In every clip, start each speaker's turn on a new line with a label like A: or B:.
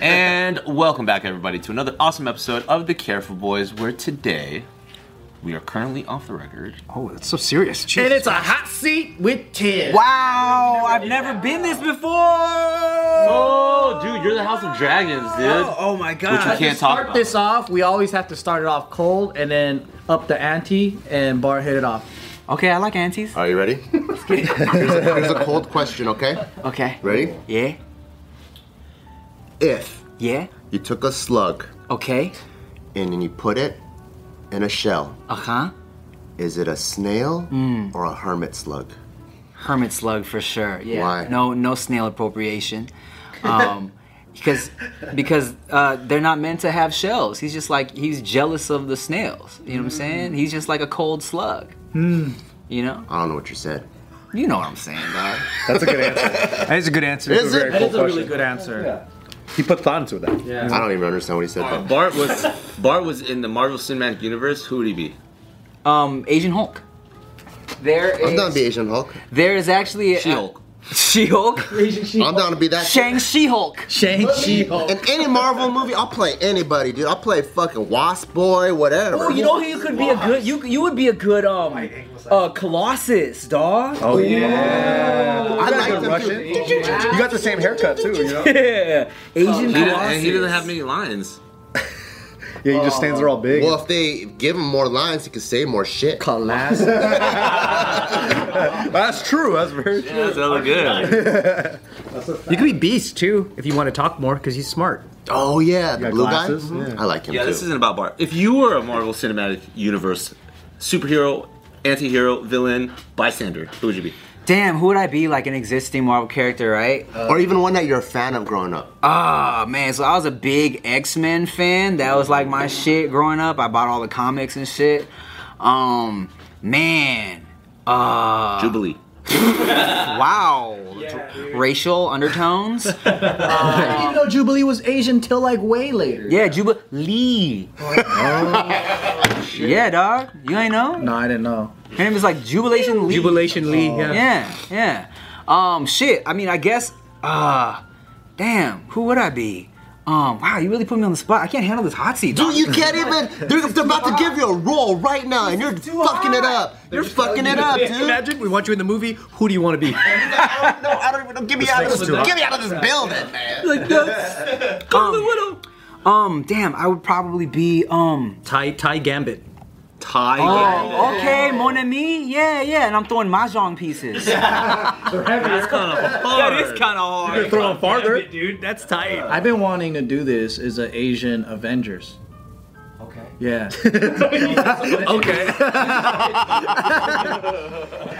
A: and welcome back, everybody, to another awesome episode of the Careful Boys, where today we are currently off the record.
B: Oh, that's so serious.
C: And it's a hot seat with Tim.
B: Wow, I've never been this before.
A: Oh, dude, you're the House of Dragons, dude.
B: Oh, oh my
A: Which we
B: god.
A: can't talk
C: Start
A: about.
C: this off. We always have to start it off cold and then up the ante and bar hit it off.
B: Okay, I like aunties.
D: Are you ready? here's, a, here's a cold question, okay?
B: Okay.
D: Ready?
B: Yeah.
D: If
B: Yeah.
D: you took a slug
B: Okay.
D: and then you put it in a shell,
B: Uh huh.
D: is it a snail or a hermit slug?
B: Hermit slug for sure. Yeah.
D: Why?
B: No, no snail appropriation. Um, because because uh, they're not meant to have shells. He's just like he's jealous of the snails. You know what I'm saying? He's just like a cold slug. Hmm. You know?
D: I don't know what you said.
B: You know what I'm saying, dog.
E: That's a good answer. That is a good answer.
D: Is
E: to a very
D: it?
C: That
E: cool
C: is a really
E: question.
C: good answer.
E: He put thought into that.
C: Yeah.
D: I don't even understand what he said. Though.
A: Bart was Bart was in the Marvel Cinematic Universe. Who would he be?
B: Um, Asian Hulk. There is.
D: I'm down to be Asian Hulk.
B: There is actually a-
A: She-Hulk.
B: She-Hulk.
D: I'm down to be that.
B: Shang She-Hulk.
C: Shang-Chi.
D: In any Marvel movie, I'll play anybody, dude. I'll play fucking Wasp Boy, whatever.
B: Oh, you know who you could be a good you you would be a good um uh Colossus, dog.
E: Oh yeah.
D: I
E: You're
D: like
E: a
D: them
E: Russian.
D: too.
E: You got the same haircut too. You know?
B: Yeah. Asian
A: He didn't,
B: Colossus.
A: and he doesn't have many lines.
E: Yeah, he just stands there all big.
D: Well, if they give him more lines, he could say more shit.
B: Colossus.
E: That's true. That's very true.
A: That's hella good.
F: You could be Beast too if you want to talk more because he's smart.
D: Oh yeah, the
E: got
D: blue
E: glasses?
D: guy. Mm-hmm.
E: Yeah.
D: I like him
A: Yeah,
D: too.
A: this isn't about Bart. If you were a Marvel Cinematic Universe superhero, anti-hero, villain, bystander, who would you be?
B: Damn, who would I be like an existing Marvel character, right?
D: or even one that you're a fan of growing up.
A: Uh,
B: Ah man, so I was a big X Men fan. That was like my shit growing up. I bought all the comics and shit. Um, man, uh,
A: Jubilee.
B: wow, racial undertones.
C: I didn't know Jubilee was Asian till like way later.
B: yeah, Juba Lee. yeah, dog, you ain't know.
C: No, I didn't know.
B: Her name is like Jubilation Lee.
F: Jubilation Lee. Yeah.
B: Yeah, yeah. Um, shit. I mean, I guess. Uh, damn. Who would I be? Um, wow, you really put me on the spot. I can't handle this hot seat. dog.
D: Dude, you can't even. They're, they're about to give you a roll right now, and you're fucking it up. You're fucking it up, dude.
F: Imagine we want you in the movie. Who do you want to be?
D: I don't know. I don't even know. Get me out of this.
F: too hot.
D: Get me out of this building, man.
B: Um, damn. I would probably be. Um.
F: Ty Ty Gambit.
A: Ty.
B: Oh, okay, Mon Ami. Yeah, yeah. And I'm throwing mahjong pieces. That
A: That's kind of hard.
B: kind of hard.
F: Throw him farther, dude. That's tight.
C: I've been wanting to do this is an Asian Avengers. Okay. Yeah. okay.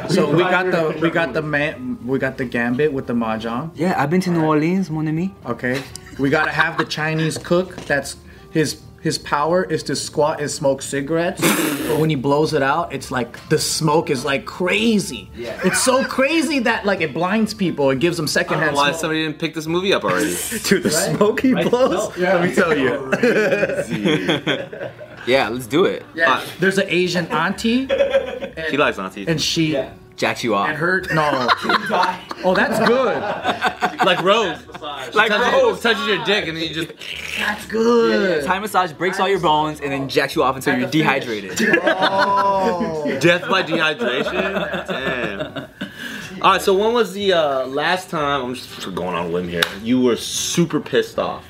C: so we got the we got the man we got the gambit with the mahjong.
B: Yeah, I've been to New Orleans, Mon Ami.
C: Okay. We gotta have the Chinese cook. That's his his power is to squat and smoke cigarettes. but when he blows it out, it's like the smoke is like crazy. Yeah. It's so crazy that like it blinds people. It gives them
A: I don't
C: secondhand
A: know why
C: smoke.
A: somebody didn't pick this movie up already.
E: Dude, the smoke he blows. Let me tell you.
B: Yeah, let's do it.
A: Uh,
C: There's an Asian auntie
A: he likes aunties.
C: and she
B: Jack you off.
C: and her no. oh, that's good.
A: like Rose.
B: like
A: Rose touches your dick and then you just.
C: That's good.
B: Thai massage breaks all your bones and then jacks you off until you're dehydrated.
A: Death by dehydration. Damn. All right. So when was the uh, last time? I'm just going on a limb here. You were super pissed off.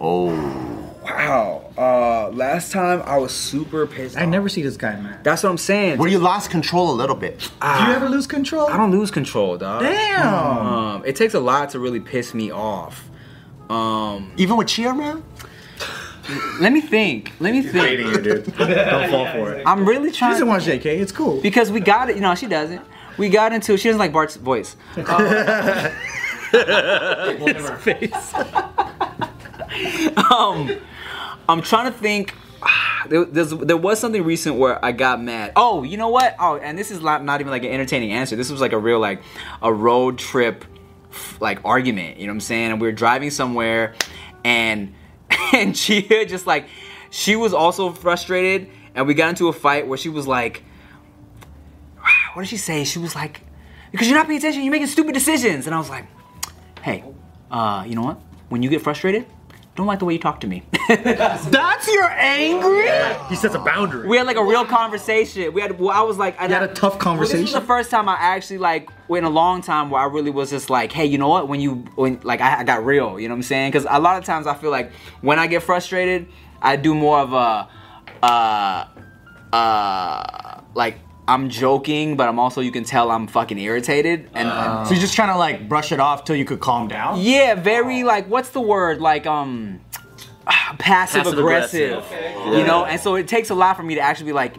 D: Oh.
E: Wow. Uh, last time I was super pissed.
C: I never see this guy, man.
B: That's what I'm saying.
D: Where you lost control a little bit.
E: Ah.
C: Do you ever lose control?
B: I don't lose control, dog.
C: Damn.
B: Um, it takes a lot to really piss me off. Um,
D: Even with Chia around?
B: let me think. Let me think.
E: you, dude. Don't fall for it.
B: I'm really
C: She doesn't
B: trying
C: want JK. It's cool.
B: because we got it. You know, she doesn't. We got into. She doesn't like Bart's voice. Uh, his face. um, I'm trying to think. Ah, There, there's- there was something recent where I got mad. Oh, you know what? Oh, and this is not, not even like an entertaining answer. This was like a real like a road trip like argument. You know what I'm saying? And we were driving somewhere, and and Chia just like she was also frustrated, and we got into a fight where she was like, what did she say? She was like, because you're not paying attention, you're making stupid decisions. And I was like, hey, uh, you know what? When you get frustrated, don't like the way you talk to me.
C: That's your angry?
F: He sets a boundary.
B: we had like a real conversation. We had. Well, I was like, I
C: had a tough
B: This was
C: conversation?
B: the first time I actually like in a long time where I really was just like, hey, you know what? When you when like I, I got real, you know what I'm saying? Because a lot of times I feel like when I get frustrated, I do more of a uh uh like. I'm joking, but I'm also you can tell I'm fucking irritated and
C: So you're just trying to like brush it off till you could calm down?
B: Oh. yeah, very like what's the word like um passive aggressive, you know? And so it takes a lot for me to actually be like,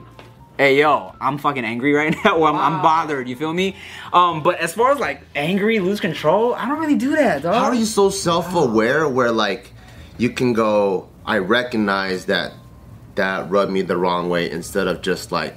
B: hey yo, I'm fucking angry right now, or I'm, I'm bothered. You feel me? Um, but as far as like angry, lose control, I don't really do that, dog.
D: How are you so self-aware where like you can go? I recognize that that rubbed me the wrong way instead of just like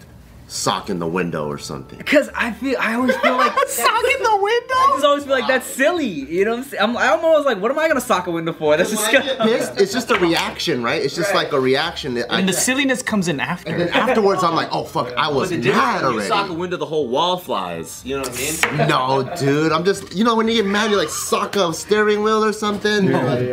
D: socking the window or something.
B: Cause I feel I always feel like sock in the window. I just always feel like that's silly. You know what I'm saying? I'm, I'm always like, what am I gonna sock a window for? That's
D: When
B: just
D: I get
B: gonna.
D: pissed, it's just a reaction, right? It's just like a reaction. That I,
F: And the silliness comes in after.
D: and then afterwards, I'm like, oh fuck, I was mad
A: you sock a
D: already.
A: window, the whole wall flies. You know what I mean?
D: No, dude, I'm just, you know, when you get mad, you like sock a steering wheel or something.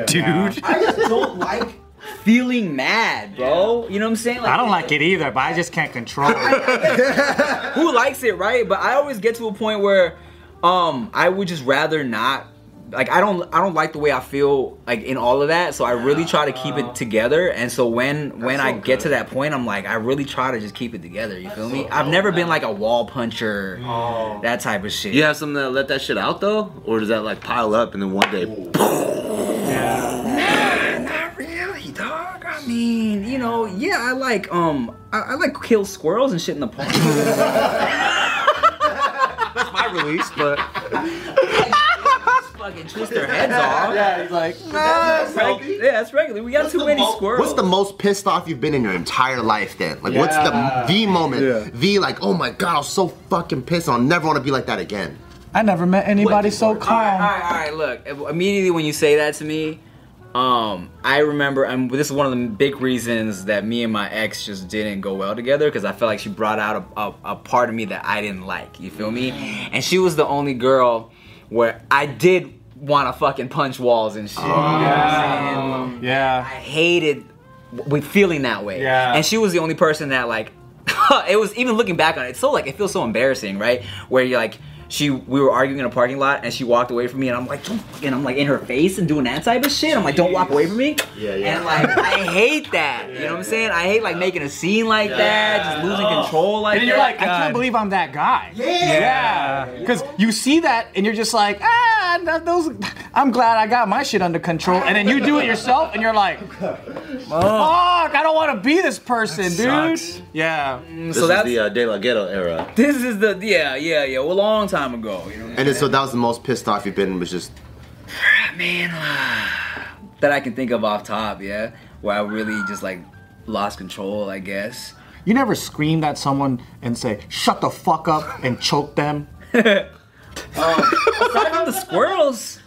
F: Dude.
B: I just don't like feeling mad, bro. You know what I'm saying?
F: I don't like it either, but I just can't control it.
B: who likes it, right? But I always get to a point where um I would just rather not like I don't I don't like the way I feel like in all of that. So I really try to keep it together. And so when when I get to that point, I'm like I really try to just keep it together. You feel me? I've never been like a wall puncher, that type of shit.
A: You have something that let that shit out though, or does that like pile up and then one day?
B: Really, dog. I mean, you know, yeah, I like um I, I like kill squirrels and shit in the pond.
F: I release, but
B: Fucking twist their heads off. Yeah, he's like, nah, it's reg- yeah, that's regular. We got too many squirrels.
D: What's the most pissed off you've been in your entire life then? Like, what's the the moment? The like, oh my god, I was so fucking pissed. I'll never want to be like that again.
C: I never met anybody so
B: All right, all
C: calm.
B: right, all right, look. Immediately when you say that to me, um, I remember, and this is one of the big reasons that me and my ex just didn't go well together because I felt like she brought out a, a, a part of me that I didn't like. You feel me? And she was the only girl where I did want to fucking punch walls and shit.
E: Oh,
F: yeah.
B: I hated w- we feeling that way.
F: Yeah.
B: And she was the only person that like it was even looking back on it, it's so like it feels so embarrassing, right? Where you're like she we were arguing in a parking lot and she walked away from me and I'm like don't fucking I'm like in her face and doing that type of shit. I'm like don't walk away from me. Yeah, yeah. And like I hate that. You know what I'm saying? I hate like making a scene like that, just losing control like
F: And you're
B: that.
F: like,
B: I
F: I can't believe I'm that guy. Yeah. Because you see that and you're just like, ah, that, those. I'm glad I got my shit under control. And then you do it yourself and you're like, fuck, I don't want to be this person, dude.
E: sucks.
F: Yeah.
A: This
B: So
A: is
B: that's-
A: the uh, De La Ghetto era.
B: this is the yeah, yeah, yeah, a long time ago, you know. what I'm
D: And then, so that was the most pissed off you've been was just
B: man that I can think of off top, yeah, where I really just like lost control, I guess.
F: You never screamed at someone and say, shut the fuck up and choke them.
B: Aside from the squirrels,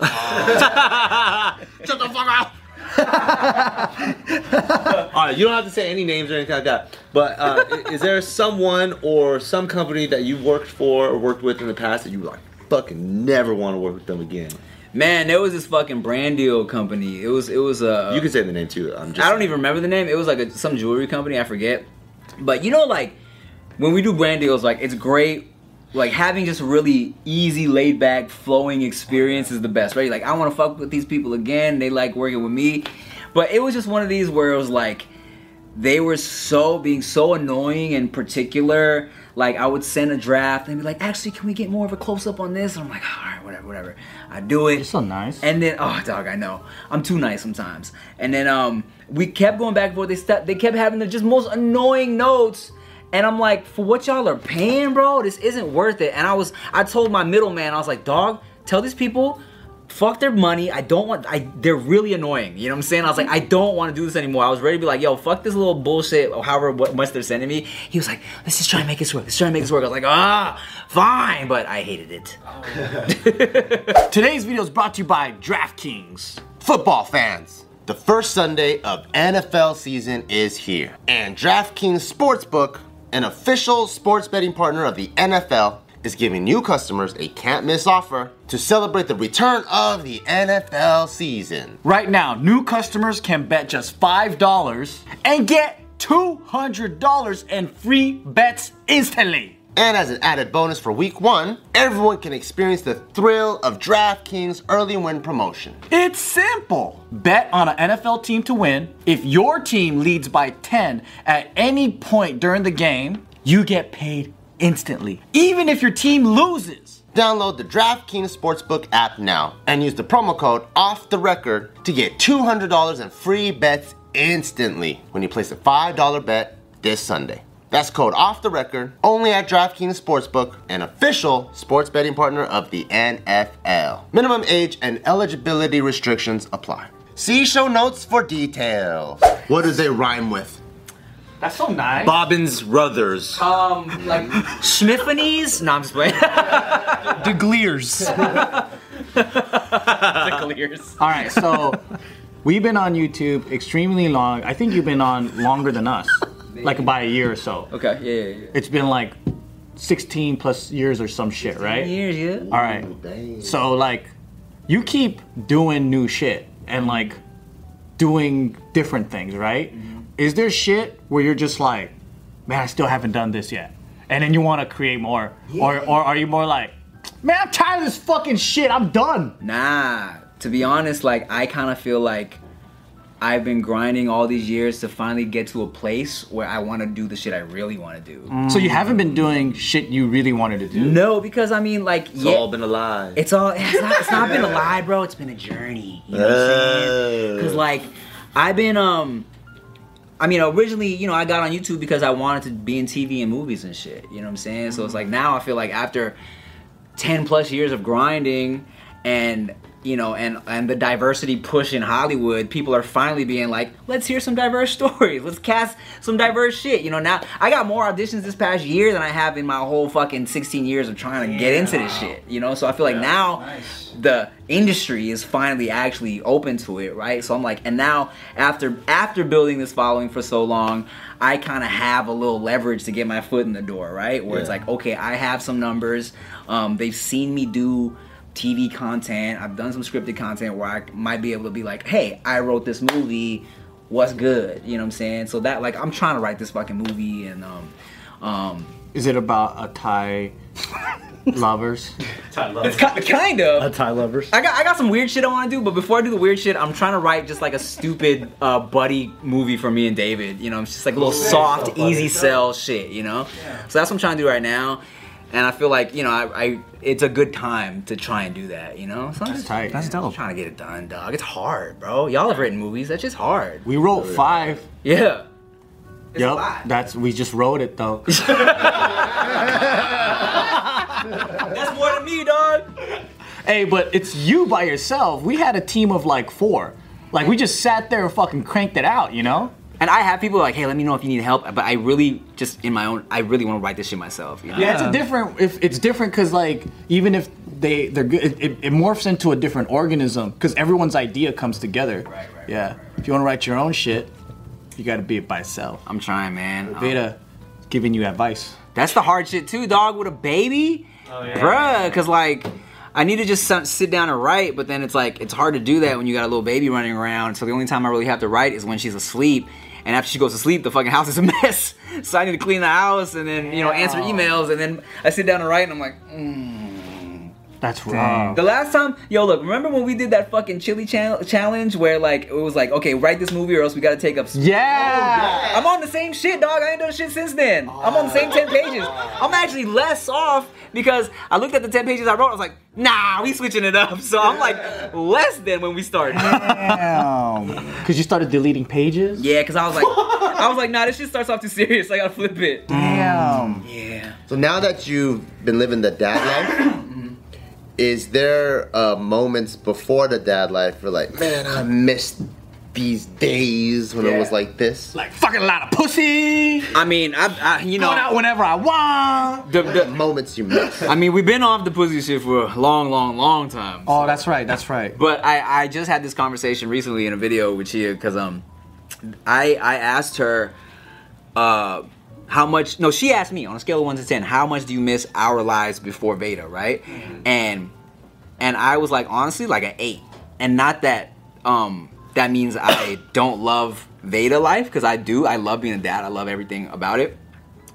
A: All right, you don't have to say any names or anything like that. But uh, i- is there someone or some company that you worked for or worked with in the past that you like fucking never want to work with them again?
B: man, there was this fucking brand deal company. It was it was a
A: You can say the name too. I'm just.
B: I don't even remember the name. It was like a, some jewelry company. I forget. But you know, like when we do brand deals, like it's great. Like having just a really easy, laid back, flowing experience is the best, right? Like I want to fuck with these people again. They like working with me, but it was just one of these where it was like they were so being so annoying and particular. Like I would send a draft and be like, "Actually, can we get more of a close up on this?" And I'm like, "All right, whatever, whatever." I do it.
F: You're so nice.
B: And then, oh, dog, I know. I'm too nice sometimes. And then, um, we kept going back and forth. They st- they kept having the just most annoying notes. And I'm like, for what y'all are paying, bro, this isn't worth it. And I was, I told my middleman, I was like, dog, tell these people, fuck their money. I don't want, I, they're really annoying. You know what I'm saying? I was like, I don't want to do this anymore. I was ready to be like, yo, fuck this little bullshit, or however what, much they're sending me. He was like, let's just try and make this work. Let's try and make this work. I was like, ah, fine. But I hated it.
F: Today's video is brought to you by DraftKings.
D: football fans. The first Sunday of NFL season is here, and DraftKings Sportsbook, an official sports betting partner of the NFL, is giving new customers a can't miss offer to celebrate the return of the NFL season.
F: Right now, new customers can bet just $5 and get $200 in free bets instantly.
D: And as an added bonus for week one, everyone can experience the thrill of DraftKings early win promotion.
F: It's simple. Bet on an NFL team to win. If your team leads by 10 at any point during the game, you get paid instantly, even if your team loses.
D: Download the DraftKings Sportsbook app now and use the promo code OFF THE RECORD to get $200 in free bets instantly when you place a $5 bet this Sunday. That's code OFF THE RECORD only at DraftKings Sportsbook, an official sports betting partner of the NFL. Minimum age and eligibility restrictions apply. See show notes for details. What do they rhyme with?
F: That's so nice.
A: Bobbins Ruthers.
B: Um, like Schmiffanies? No, I'm just playing.
C: The Glears.
F: All right, so we've been on YouTube extremely long. I think you've been on longer than us, like by a year or so.
B: okay, yeah, yeah,
F: It's been like 16 plus years or some shit, right?
B: yeah. Years, yeah.
F: All right. So like, you keep doing new shit and like doing different things, right?
B: Mm-hmm.
F: Is there shit where you're just like, man, I still haven't done this yet, and then you want to create more, or or are you more like, man, I'm tired of this fucking shit, I'm done.
B: Nah, to be honest, like I kind of feel like I've been grinding all these years to finally get to a place where I want to do the shit I really want to do.
A: Mm.
F: So you haven't been doing shit you really wanted to do.
B: Mm. No, because I mean, like,
A: It's
B: yeah,
A: all been a lie.
B: it's all it's not, it's not been a lie, bro. It's been a journey. You know
A: Uh,
B: what I'm saying? Because like, I've been um. I mean, originally, you know, I got on YouTube because I wanted to be in TV and movies and shit. You know what I'm saying? So it's like now I feel like after 10 plus years of grinding and you know and and the diversity push in hollywood people are finally being like let's hear some diverse stories let's cast some diverse shit you know now i got more auditions this past year than i have in my whole fucking 16 years of trying to get into this shit you know so i feel like now the industry is finally actually open to it right so i'm like and now after after building this following for so long i kind of have a little leverage to get my foot in the door right where it's
A: Yeah.
B: like okay, I have some numbers. Um, they've seen me do TV content. I've done some scripted content where I might be able to be like, hey, I wrote this movie. What's good? You know what I'm saying? So that like I'm trying to write this fucking movie and um um
F: Is it about a Thai lovers?
B: it's ki- kind of
C: Thai lovers.
B: I got I got some weird shit I want to do, but before I do the weird shit, I'm trying to write just like a stupid uh, buddy movie for me and David. You know, it's just like a little soft, easy sell shit. You know, so that's what I'm trying to do right now, and I feel like you know I, I it's a good time to try and do that. You know, so I'm just
F: tight. That's dope.
B: I'm trying to get it done, dog. It's hard, bro. Y'all have written movies. That's just hard.
F: We wrote five.
B: Yeah. Oh, It's a
F: Yep,
B: lot.
F: that's we just wrote it though.
B: That's more than me, dog.
F: Hey, but it's you by yourself. We had a team of like four. Like we just sat there and fucking cranked it out, you know?
B: And I have people like, hey, let me know if you need help. But I really just in my own, I really want to write this shit myself. You know?
F: Yeah, it's a different. If it's different, because like even if they they're good, it, it, it morphs into a different organism because everyone's idea comes together. Right, right. Yeah. If you want to write your own shit, you got to be it by yourself.
B: I'm trying, man. Um,
F: Beta giving you advice.
B: That's the hard shit too, dog. With a baby, bruh. Cause like, I need to just some- sit down and write, but then it's like it's hard to do that when you got a little baby running around. So the only time I really have to write is when she's asleep. And after she goes to sleep, the fucking house is a mess. So I need to clean the house and then you know answer emails, and then I sit down and write, and I'm like, "Mm,
F: That's wrong.
B: the last time, yo, look, remember when we did that fucking chili chal- challenge where like it was like, okay, write this movie or else we gotta take up. s-
F: Yeah.
B: I'm on the same shit, dog. I ain't done shit since then. I'm on the same 10 pages. I'm actually less off because I looked at the 10 pages I wrote. I was like, nah, we switching it up. So I'm like less than when we started.
F: Because you started deleting pages.
B: yeah, because I was like, I was like, nah, this shit starts off too serious. I gotta flip it.
F: Damn.
B: Yeah.
D: So now that you've been living the dad life,
B: Mm-hmm.
D: is there uh, moments before the dad life where like, man, I missed these days when it was
B: Yeah.
D: like this?
F: Like fucking a lot of pussy.
B: I mean, I, I you
F: Going
B: know,
F: out whenever I want.
B: the, the,
D: Moments you missed.
B: I mean, we've been off the pussy shit for a long, long, long time.
F: Oh, that's right. That's right.
B: But I, I just had this conversation recently in a video with Chia because um, I I asked her, uh, how much? No, she asked me on a scale of one to ten, how much do you miss our lives before Veda, right? And and I was like, honestly, like an eight. And not that um that means I don't love Veda life because I do. I love being a dad. I love everything about it.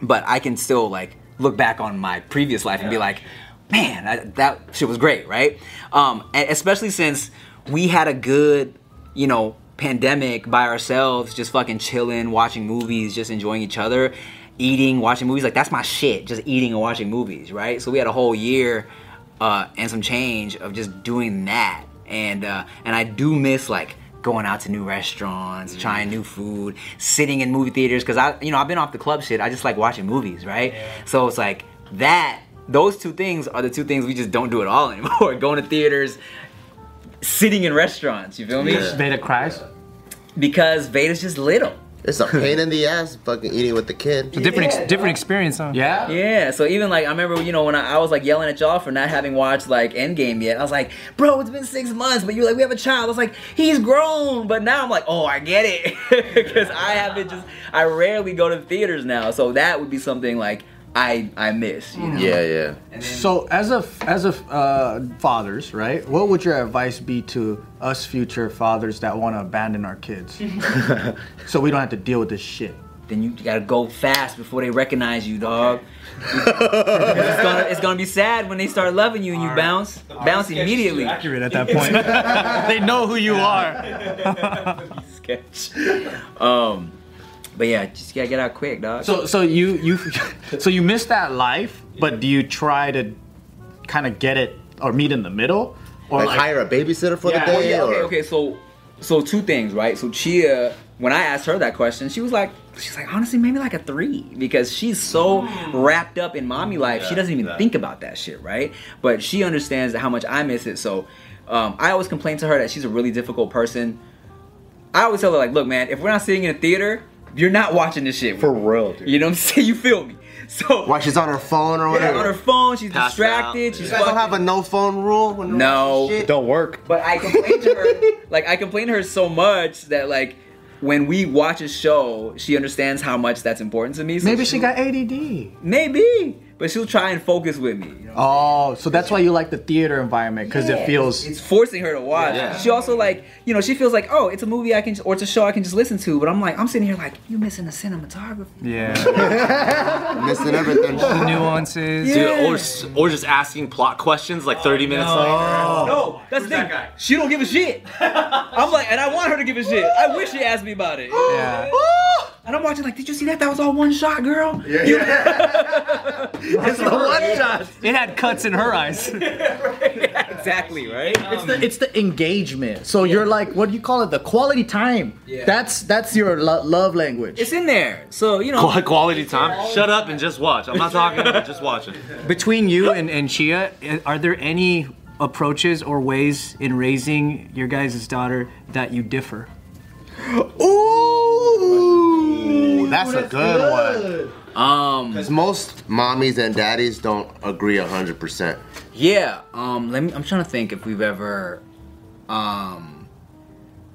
B: But I can still like look back on my previous life and be like, man, I, that shit was great, right? Um, and especially since we had a good, you know, pandemic by ourselves, just fucking chilling, watching movies, just enjoying each other, eating, watching movies. Like that's my shit, just eating and watching movies, right? So we had a whole year uh, and some change of just doing that. And uh, and I do miss like going out to new restaurants, trying new food, sitting in movie theaters because I you know I've been off the club shit. I just like watching movies, right? So it's like that. Those two things are the two things we just don't do at all anymore. going to theaters, sitting in restaurants. You feel me?
F: Beta cries.
B: Because Veda's just little.
D: It's a pain in the ass fucking eating with the kid.
G: Different, ex- different experience, huh?
F: Yeah.
B: Yeah, so even like I remember, you know, when I, I was like yelling at y'all for not having watched like Endgame yet. I was like, "Bro, it's been six months," but you're like, "We have a child." I was like, "He's grown," but now I'm like, "Oh, I get it," because I haven't just I rarely go to theaters now. So that would be something like I I miss. You know?
D: Yeah, yeah.
C: So as a as a uh, fathers, right? What would your advice be to us future fathers that want to abandon our kids, so we don't have to deal with this shit?
B: Then you gotta go fast before they recognize you, dog. it's, gonna, it's gonna be sad when they start loving you and you bounce, bounce immediately.
G: Accurate at that point. they know who you are.
B: sketch. Um, but yeah, just gotta get out quick, dog.
C: So so you you so you miss that life, but do you try to kind of get it or meet in the middle, or
D: Like hire a babysitter for
B: Yeah,
D: the
B: oh,
D: day.
B: yeah, okay,
D: or-
B: okay. So, so two things, right? So Chia, when I asked her that question, she was like, she's like, honestly, maybe like a three because she's so
D: Mm.
B: wrapped up in mommy life, she doesn't even think about that shit, right? But she understands how much I miss it. So, um, I always complain to her that she's a really difficult person. I always tell her like, look, man, if we're not sitting in a theater, you're not watching this shit
A: For real, dude.
B: You know what I'm saying? You feel me? So.
D: Why she's on her phone or
B: Yeah,
D: whatever.
B: on her phone, she's
A: Passed
B: distracted.
A: out.
B: She's
D: you guys don't
B: fucking-
D: have a no phone rule? when you're
B: No.
D: watching shit?
A: Don't work.
B: But I complained to her, like I complained to her so much that like when we watch a show, she understands how much that's important to me. So
C: maybe she got ADD?
B: maybe, but she'll try and focus with me. You know?
C: Oh, so that's why you like the theater environment because it feels.
B: It's forcing her to watch.
D: Yeah.
B: She also like, you know, she feels like, oh, it's a movie I can, or it's a show I can just listen to. But I'm like, I'm sitting here like, you missing the cinematography.
G: Yeah.
D: Missing everything.
G: Nuances.
B: Yeah.
H: Dude, or, s- or just asking plot questions like 30 minutes later.
B: No, Oh, that's the thing. She don't give a shit. I'm like, and I want her to give a shit. I wish she asked me about it.
G: Yeah.
B: And I'm watching like, did you see that? That was all one shot, girl.
A: It's the one shot.
G: It had cuts in her eyes.
B: Exactly, right?
C: It's the, it's the engagement. So you're like, what do you call it? The quality time.
B: Yeah.
C: That's that's your lo- love language.
B: It's in there. So, you know.
H: Qual- Quality time. Shut up and just watch. I'm not talking about it, just watching.
G: Between you and, and Chia, i- are there any approaches or ways in raising your guys' daughter that you differ?
D: Ooh, that's a good one.
B: Um.
D: 'Cause most mommies and daddies don't agree 100%.
B: Yeah. Um. Let me. I'm trying to think if we've ever. Um.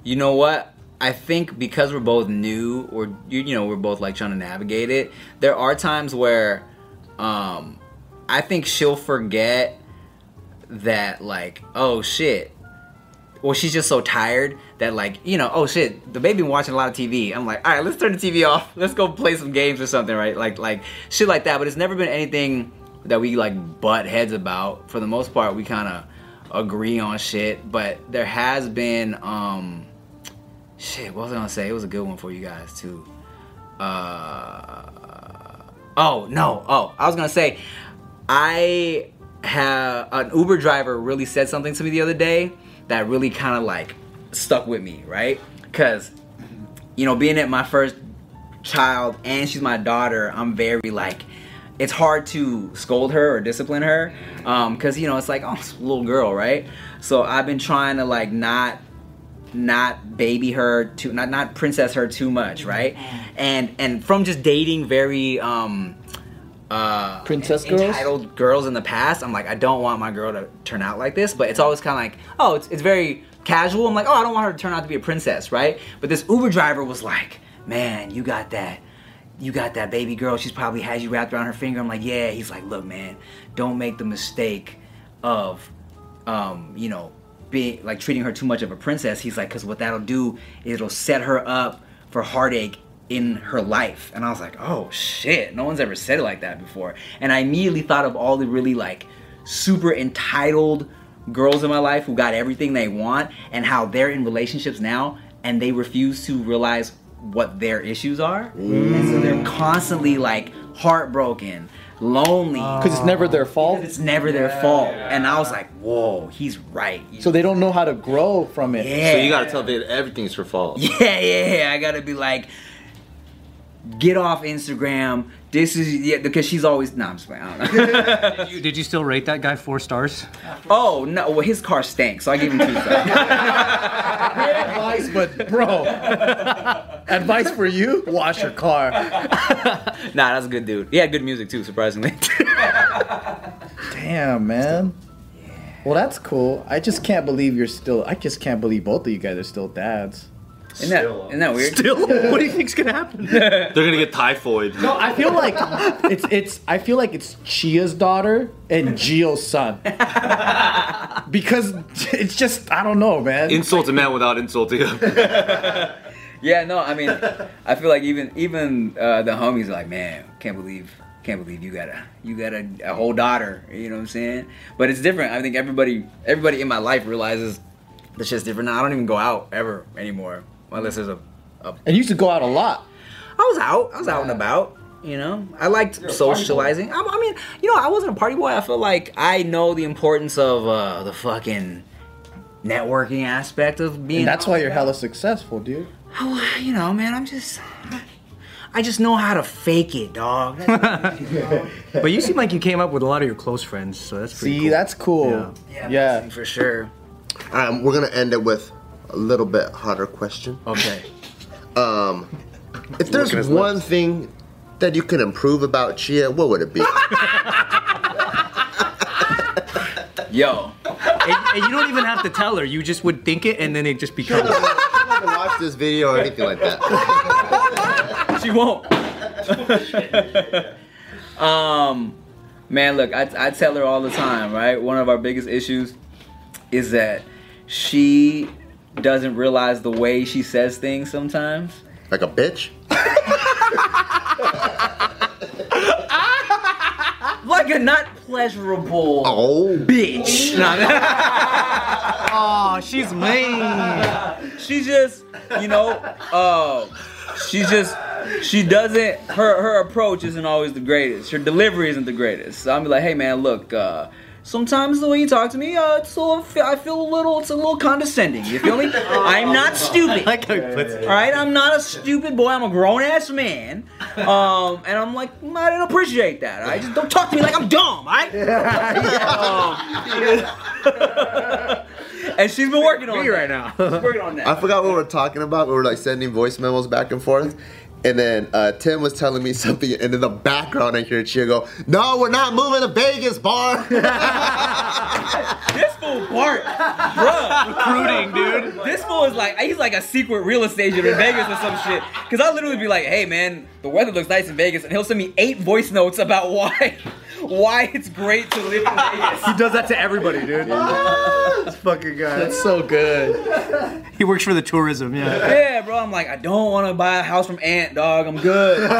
B: You know what? I think because we're both new, or you, you know, we're both like trying to navigate it. There are times where, um, I think she'll forget that like, oh shit. Well, she's just so tired that like, you know, oh shit, the baby been watching a lot of TV. I'm like, all right, let's turn the TV off. Let's go play some games or something, right? Like, like shit like that. But it's never been anything that we like butt heads about. For the most part, we kind of agree on shit. But there has been, um, shit. What was I gonna say? It was a good one for you guys too. Uh, oh no. Oh, I was gonna say, I have an Uber driver really said something to me the other day that really kind of like stuck with me, right? Because you know, being at my first child and she's my daughter, I'm very like, it's hard to scold her or discipline her, um, cause you know it's like, oh, it's a little girl, right? So I've been trying to like not not baby her too not not princess her too much right and and from just dating very um uh
C: Princess girls?
B: entitled girls in the past i'm like i don't want my girl to turn out like this but it's always kind of like oh it's, it's very casual i'm like oh i don't want her to turn out to be a princess right but this uber driver was like man you got that you got that baby girl. She's probably has you wrapped around her finger. I'm like, yeah. He's like, look, man, don't make the mistake of, um, you know, being like treating her too much of a princess. He's like, because what that'll do is it'll set her up for heartache in her life. And I was like, oh shit, no one's ever said it like that before. And I immediately thought of all the really like super entitled girls in my life who got everything they want and how they're in relationships now and they refuse to realize what their issues are. And so they're constantly like heartbroken, lonely.
C: because it's never their fault.
B: It's never their fault. And I was like, whoa, he's right.
C: So they don't know how to grow from it.
B: yeah.
I: So you gotta tell them everything's her fault.
B: Yeah, yeah, yeah. I gotta be like, get off Instagram. This is yeah, because she's always. Nah, I'm just playing. I don't know.
F: Did you, did you still rate that guy four stars?
B: oh no, well his car stank, so I gave him two stars.
C: Advice, but bro, advice for you: wash your car.
J: Nah, that's a good dude. He had good music too, surprisingly.
C: Damn, man. Well, that's cool. I just can't believe you're still. I just can't believe both of you guys are still dads.
B: Isn't that, isn't that weird?
F: Still? What do you think's gonna happen?
A: They're gonna get typhoid.
C: No, I feel like it's it's. I feel like it's Chia's daughter and Gio's son. Because it's just I don't know, man.
A: Insult a man without insulting him.
B: Yeah, no, I mean, I feel like even even uh, the homies are like, man, can't believe, can't believe you got a you got a, a whole daughter. You know what I'm saying? But it's different. I think everybody everybody in my life realizes the shit's different. Now I don't even go out ever anymore unless there's a. a
C: and you used to go out a lot.
B: I was out. I was out and about. You know, I liked socializing. I, I mean, you know, I wasn't a party boy. I feel like I know the importance of uh, the fucking networking aspect of being.
C: And that's why you're hella successful, dude.
B: Oh, you know, man, I'm just. I just know how to fake it, dog.
F: But you seem like you came up with a lot of your close friends, so that's pretty
C: See,
F: cool.
C: that's cool.
B: Yeah,
C: Yeah.
B: for sure.
D: Um, we're gonna end it with a little bit harder question. Um,
F: okay.
D: If there's one thing that you can improve about Chia, what would it be?
B: Yo,
F: and, and you don't even have to tell her. You just would think it, and then it just becomes.
D: I haven't watched this video or anything like that.
B: she won't. um, man, look, I, I tell her all the time, right? One of our biggest issues is that she doesn't realize the way she says things sometimes.
D: Like a bitch?
B: Like a not pleasurable
D: Oh.
B: bitch. Nah,
F: oh, she's mean.
B: she just, you know, uh, she just, she doesn't. Her her approach isn't always the greatest. Her delivery isn't the greatest. So I'm be like, hey man, look. Uh, Sometimes the way you talk to me, uh, it's a little, I feel a little, it's a little condescending. You feel me?
F: Oh.
B: I'm not stupid.
F: Like how he puts it.
B: All right, I'm not a stupid boy. I'm a grown ass man, um, and I'm like, I didn't appreciate that. I just don't talk to me like I'm dumb. All right. Um, and she's been working on me right now. She's working on that.
D: I forgot what we were talking about. We were like sending voice memos back and forth. And then uh, Tim was telling me something, and in the background, I hear Chia go, No, we're not moving to Vegas, bar.
B: This fool Bart, bruh.
F: Recruiting, dude.
B: This fool is like he's like a secret real estate agent in Vegas or some shit. Cause I literally be like, hey man, the weather looks nice in Vegas, and he'll send me eight voice notes about why why it's great to live in Vegas.
F: He does that to everybody, dude.
K: fucking guy.
C: That's so good.
F: He works for the tourism, yeah.
B: Yeah, bro. I'm like, I don't want to buy a house from Ant, dog. I'm good.